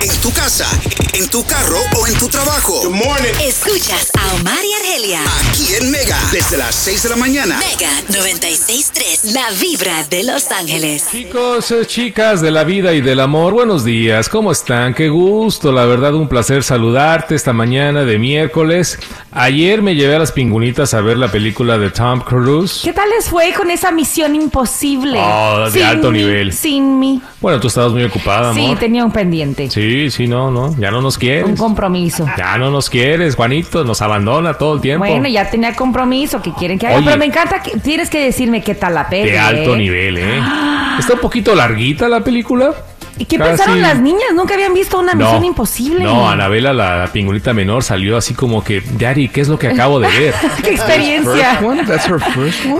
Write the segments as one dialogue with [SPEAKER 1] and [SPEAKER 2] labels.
[SPEAKER 1] en tu casa, en tu carro o en tu trabajo.
[SPEAKER 2] Good morning.
[SPEAKER 3] Escuchas a Omar y Argelia.
[SPEAKER 1] Aquí en Mega, desde las 6 de la mañana.
[SPEAKER 3] Mega 963, la vibra de Los Ángeles.
[SPEAKER 4] Chicos, eh, chicas de la vida y del amor, buenos días, ¿cómo están? Qué gusto, la verdad, un placer saludarte esta mañana de miércoles. Ayer me llevé a las pingunitas a ver la película de Tom Cruise.
[SPEAKER 5] ¿Qué tal les fue con esa misión imposible?
[SPEAKER 4] Oh, de alto
[SPEAKER 5] mí,
[SPEAKER 4] nivel.
[SPEAKER 5] Sin mí.
[SPEAKER 4] Bueno, tú estabas muy ocupada,
[SPEAKER 5] Sí,
[SPEAKER 4] amor.
[SPEAKER 5] tenía un pendiente.
[SPEAKER 4] Sí, sí, no, no, ya no nos
[SPEAKER 5] Un
[SPEAKER 4] quieres.
[SPEAKER 5] compromiso.
[SPEAKER 4] Ya no nos quieres, Juanito, nos abandona todo el tiempo.
[SPEAKER 5] Bueno, ya tenía compromiso que quieren que haga.
[SPEAKER 4] Oye.
[SPEAKER 5] pero me encanta que tienes que decirme qué tal la peli.
[SPEAKER 4] De alto
[SPEAKER 5] ¿eh?
[SPEAKER 4] nivel, ¿eh? Está un poquito larguita la película.
[SPEAKER 5] ¿Y qué
[SPEAKER 4] Casi-
[SPEAKER 5] pensaron las niñas? Nunca habían visto una misión imposible.
[SPEAKER 4] No, Anabela, la, la pingulita menor, salió así como que, Daddy, ¿qué es lo que acabo de ver?
[SPEAKER 5] qué experiencia.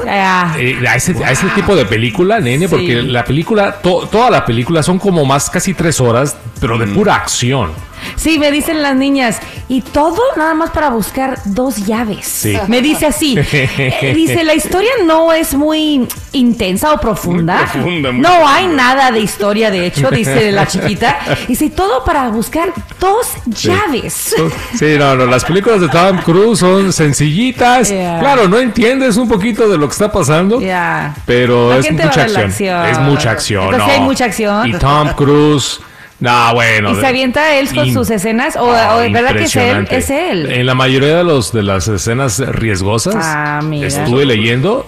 [SPEAKER 5] Ah,
[SPEAKER 4] Eh, a, ese, a ese tipo de película, nene,
[SPEAKER 5] Sí.
[SPEAKER 4] porque la película, to- toda la película son como más casi tres horas, pero de pura acción.
[SPEAKER 5] sí, me dicen las niñas. Y todo nada más para buscar dos llaves.
[SPEAKER 4] Sí.
[SPEAKER 5] Me dice así. eh, dice, la historia no es muy intensa o profunda.
[SPEAKER 4] profunda, muy
[SPEAKER 5] no hay nada de historia, de hecho, dice la chiquita. Dice, todo para buscar dos llaves.
[SPEAKER 4] Sí, no, no, las películas de Tom Cruise son sencillitas.
[SPEAKER 5] Yeah.
[SPEAKER 4] Claro, no entiendes un poquito de lo que está pasando.
[SPEAKER 5] Ya.
[SPEAKER 4] Pero
[SPEAKER 5] La
[SPEAKER 4] es
[SPEAKER 5] gente
[SPEAKER 4] mucha
[SPEAKER 5] va a ver la
[SPEAKER 4] acción.
[SPEAKER 5] acción.
[SPEAKER 4] Es mucha acción.
[SPEAKER 5] Entonces,
[SPEAKER 4] no.
[SPEAKER 5] hay mucha acción.
[SPEAKER 4] Y Tom Cruise. No, bueno.
[SPEAKER 5] ¿Y se avienta él con
[SPEAKER 4] In-
[SPEAKER 5] sus escenas? ¿O,
[SPEAKER 4] Ah,
[SPEAKER 5] o de verdad que es él?
[SPEAKER 4] impresionante.
[SPEAKER 5] Es él.
[SPEAKER 4] En la mayoría de, los, de las escenas riesgosas,
[SPEAKER 5] Ah, mira.
[SPEAKER 4] estuve leyendo,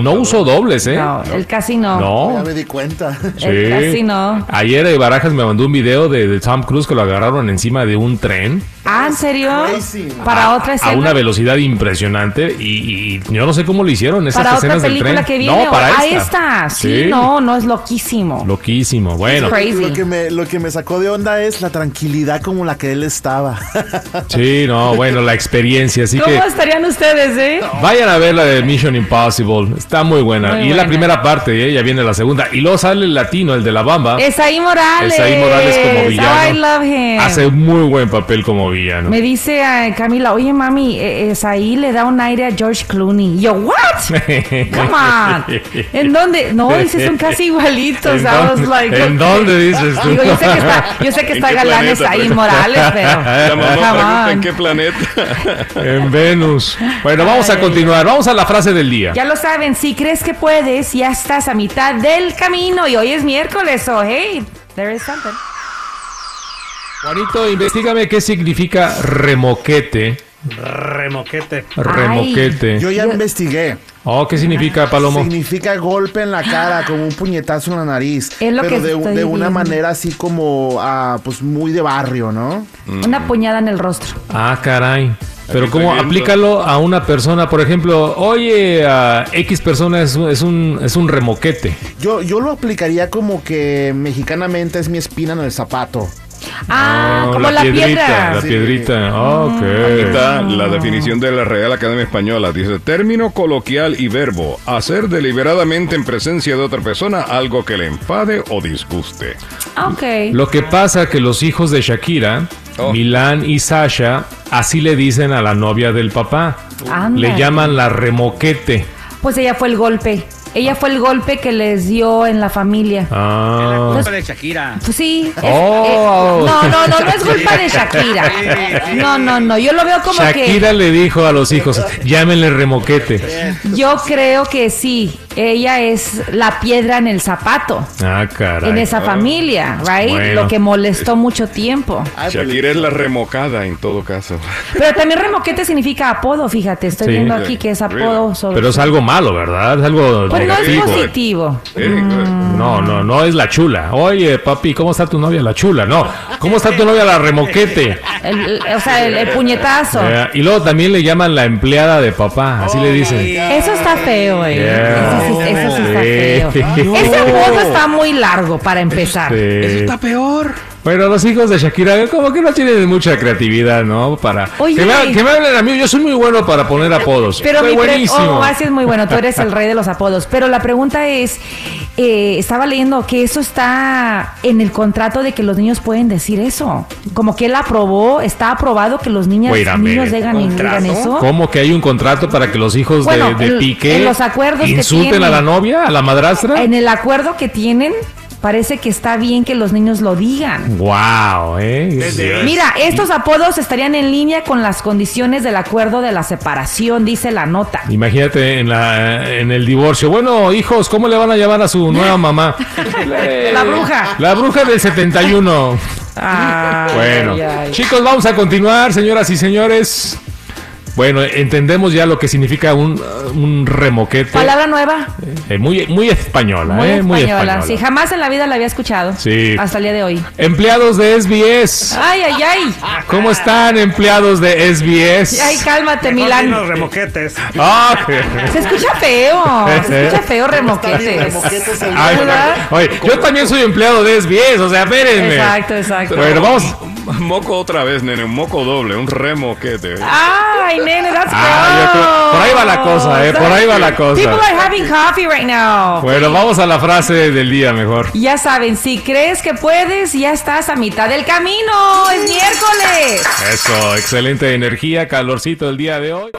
[SPEAKER 4] no uso dobles, ¿eh?
[SPEAKER 5] No, él casi no.
[SPEAKER 6] Ya
[SPEAKER 4] No.
[SPEAKER 6] me di cuenta.
[SPEAKER 5] Él casi no.
[SPEAKER 4] Ayer eh, Barajas me mandó un video de, de Tom Cruise que lo agarraron encima de un tren
[SPEAKER 5] Ah, ¿en serio?
[SPEAKER 6] Crazy.
[SPEAKER 5] Para
[SPEAKER 4] a,
[SPEAKER 5] otra
[SPEAKER 4] a
[SPEAKER 5] escena.
[SPEAKER 4] una velocidad impresionante y, y yo no sé cómo lo hicieron esas
[SPEAKER 5] para otra
[SPEAKER 4] escenas del tren.
[SPEAKER 5] película que viene.
[SPEAKER 4] no,
[SPEAKER 5] o-
[SPEAKER 4] para
[SPEAKER 5] ah,
[SPEAKER 4] esta.
[SPEAKER 5] esta. Sí, no, no, es loquísimo.
[SPEAKER 4] Loquísimo. Bueno,
[SPEAKER 5] Crazy.
[SPEAKER 6] Lo que, me, lo que me sacó de onda es la tranquilidad como la que él estaba.
[SPEAKER 4] sí, no, bueno, la experiencia, así
[SPEAKER 5] ¿Cómo
[SPEAKER 4] que
[SPEAKER 5] estarían ustedes, eh?
[SPEAKER 4] Vayan a ver la de Mission Impossible, está muy buena.
[SPEAKER 5] Muy
[SPEAKER 4] y es
[SPEAKER 5] buena.
[SPEAKER 4] la primera parte, ¿eh? ya viene la segunda. Y luego sale el latino, el de la bamba.
[SPEAKER 5] Esaí Morales.
[SPEAKER 4] Esaí Morales como villano.
[SPEAKER 5] I love him.
[SPEAKER 4] Hace muy buen papel como villano.
[SPEAKER 5] Me dice eh, Camila, oye mami, eh, Esaí le da un aire a George Clooney. Y yo, ¿what? Come on. ¿En dónde? No, dice, son casi igualitos.
[SPEAKER 4] ¿En,
[SPEAKER 5] I was
[SPEAKER 4] dónde,
[SPEAKER 5] like,
[SPEAKER 4] en
[SPEAKER 5] okay.
[SPEAKER 4] dónde dices tú?
[SPEAKER 5] Digo, yo sé que está, yo sé que está
[SPEAKER 7] qué
[SPEAKER 5] galán
[SPEAKER 7] planeta,
[SPEAKER 5] Esaí
[SPEAKER 7] pero-
[SPEAKER 5] Morales, pero.
[SPEAKER 7] La
[SPEAKER 5] come
[SPEAKER 7] mamá pregunta
[SPEAKER 5] on.
[SPEAKER 7] en qué planeta.
[SPEAKER 4] en Venus. Bueno, vamos
[SPEAKER 5] Ay,
[SPEAKER 4] a continuar. Vamos a la frase del día.
[SPEAKER 5] Ya lo saben, si crees que puedes, ya estás a mitad del camino y hoy es miércoles, oh hey, there is something.
[SPEAKER 4] Juanito, investigame qué significa remoquete.
[SPEAKER 8] Remoquete.
[SPEAKER 4] Remoquete.
[SPEAKER 6] Yo ya investigué.
[SPEAKER 4] Oh, ¿qué
[SPEAKER 5] Ah,
[SPEAKER 4] significa, Palomo?
[SPEAKER 6] Significa golpe en la cara, como un puñetazo en la nariz.
[SPEAKER 5] Es lo
[SPEAKER 6] pero
[SPEAKER 5] que
[SPEAKER 6] de,
[SPEAKER 5] estoy
[SPEAKER 6] de una
[SPEAKER 5] viendo.
[SPEAKER 6] manera así como, ah, pues muy de barrio, ¿no?
[SPEAKER 7] Mm.
[SPEAKER 5] Una puñada en el rostro.
[SPEAKER 4] Ah, caray. Pero
[SPEAKER 7] Aquí
[SPEAKER 4] cómo
[SPEAKER 7] estoy viendo.
[SPEAKER 4] aplícalo a una persona, por ejemplo, oye, a X persona es, es un es un remoquete.
[SPEAKER 6] Yo, yo lo aplicaría como que mexicanamente es mi espina en el zapato.
[SPEAKER 5] Ah,
[SPEAKER 4] Oh,
[SPEAKER 5] como la, piedra. Mm.
[SPEAKER 4] La
[SPEAKER 6] Sí.
[SPEAKER 4] piedrita. Ok.
[SPEAKER 7] Aquí está la definición de la Real Academia Española. Dice, término coloquial y verbo, hacer deliberadamente en presencia de otra persona algo que le enfade o disguste.
[SPEAKER 5] Ah, Ok.
[SPEAKER 4] Lo que pasa que los hijos de Shakira,
[SPEAKER 7] Oh.
[SPEAKER 4] Milán y Sasha, así le dicen a la novia del papá.
[SPEAKER 5] Ándale.
[SPEAKER 4] Le llaman la remoquete.
[SPEAKER 5] Pues ella fue el golpe. Ella fue el golpe que les dio en la familia.
[SPEAKER 4] Ah.
[SPEAKER 8] Culpa de Shakira.
[SPEAKER 5] Pues sí. es-
[SPEAKER 4] Oh.
[SPEAKER 5] eh, no, no, no, no es culpa de Shakira. No, no, no. Yo lo veo como
[SPEAKER 4] Shakira le dijo a los hijos,
[SPEAKER 5] Pues,
[SPEAKER 4] llámenle remoquete.
[SPEAKER 5] que. Yo creo que sí. Ella es la piedra en el zapato.
[SPEAKER 4] Ah, caray.
[SPEAKER 5] en esa familia, right?
[SPEAKER 4] Bueno.
[SPEAKER 5] Lo que molestó mucho tiempo.
[SPEAKER 7] Shakira es la remocada en todo caso.
[SPEAKER 5] Pero también remoquete significa apodo, fíjate. Estoy
[SPEAKER 4] Sí.
[SPEAKER 5] viendo aquí que es apodo. sobre-
[SPEAKER 4] Pero es algo malo, ¿verdad? Es algo
[SPEAKER 5] Pues no es
[SPEAKER 4] negativo.
[SPEAKER 5] positivo.
[SPEAKER 7] Eh,
[SPEAKER 4] No, no, no es la chula. Oye, papi, ¿cómo está tu novia? La chula, no. ¿Cómo está tu novia? La remoquete.
[SPEAKER 5] El- el- o sea, el, el puñetazo.
[SPEAKER 4] Eh, y luego también le llaman la empleada de papá, así le dicen.
[SPEAKER 5] Eso está feo, eh.
[SPEAKER 4] Yeah.
[SPEAKER 5] Eso, sí, eso sí está
[SPEAKER 4] Sí. Este
[SPEAKER 5] feo. Ese apodo está muy largo para empezar.
[SPEAKER 4] Eso está peor. Bueno, los hijos de Shakira como que no tienen mucha creatividad, ¿no? Para
[SPEAKER 5] Oye.
[SPEAKER 4] que, me, que me hablen a mí, yo soy muy bueno para poner apodos.
[SPEAKER 5] Pero
[SPEAKER 4] Soy
[SPEAKER 5] mi pre-
[SPEAKER 4] buenísimo.
[SPEAKER 5] Oh, así es muy bueno. Tú eres el rey de los apodos. Pero la pregunta es, eh, estaba leyendo que eso está en el contrato de que los niños pueden decir eso. Como que él aprobó, está aprobado que los niños,
[SPEAKER 4] Wait a
[SPEAKER 5] niños
[SPEAKER 4] minute.
[SPEAKER 5] digan, digan eso.
[SPEAKER 4] ¿Cómo que hay un contrato para que los hijos de-
[SPEAKER 5] Bueno,
[SPEAKER 4] de,
[SPEAKER 5] en-
[SPEAKER 4] Piqué
[SPEAKER 5] en los acuerdos que
[SPEAKER 4] insulten a la
[SPEAKER 5] tienen.
[SPEAKER 4] novia, a la madrastra?
[SPEAKER 5] En el acuerdo que tienen Parece que está bien que los niños lo digan.
[SPEAKER 4] Wow, ¿eh?
[SPEAKER 5] Mira, estos apodos estarían en línea con las condiciones del acuerdo de la separación, dice la nota.
[SPEAKER 4] Imagínate en, la, en el divorcio. Bueno, hijos, ¿cómo le van a llamar a su nueva mamá?
[SPEAKER 5] La bruja.
[SPEAKER 4] La bruja del 71.
[SPEAKER 5] Ay,
[SPEAKER 4] Bueno,
[SPEAKER 5] ay, ay.
[SPEAKER 4] chicos, vamos a continuar, señoras y señores. Bueno, entendemos ya lo que significa un, uh, un remoquete.
[SPEAKER 5] Palabra nueva.
[SPEAKER 4] Eh, muy, muy española,
[SPEAKER 5] Muy,
[SPEAKER 4] ¿eh?
[SPEAKER 5] española.
[SPEAKER 4] Muy española.
[SPEAKER 5] Sí, jamás en la vida la había escuchado.
[SPEAKER 4] Sí.
[SPEAKER 5] Hasta el día de hoy.
[SPEAKER 4] Empleados de SBS.
[SPEAKER 5] Ay, ay, ay.
[SPEAKER 4] ¿Cómo están, empleados de SBS?
[SPEAKER 5] Ay, cálmate,
[SPEAKER 8] los
[SPEAKER 5] Milán.
[SPEAKER 8] remoquetes.
[SPEAKER 4] Ah,
[SPEAKER 5] Se escucha feo. Se escucha feo remoquetes.
[SPEAKER 4] Eh, ay,
[SPEAKER 5] ¿Verdad?
[SPEAKER 4] oye, yo también soy empleado de SBS, o sea, espérenme.
[SPEAKER 5] Exacto, exacto.
[SPEAKER 4] Bueno, vamos.
[SPEAKER 7] Moco otra vez, nene, un moco doble, un remoquete.
[SPEAKER 5] Ay, nene, that's
[SPEAKER 4] Ah, yo creo- por ahí va la cosa, eh, por ahí va la cosa.
[SPEAKER 5] People are having coffee right now.
[SPEAKER 4] Bueno, vamos a la frase del día mejor.
[SPEAKER 5] Ya saben, si crees que puedes, ya estás a mitad del camino. Es miércoles.
[SPEAKER 4] Eso, excelente energía, calorcito el día de hoy.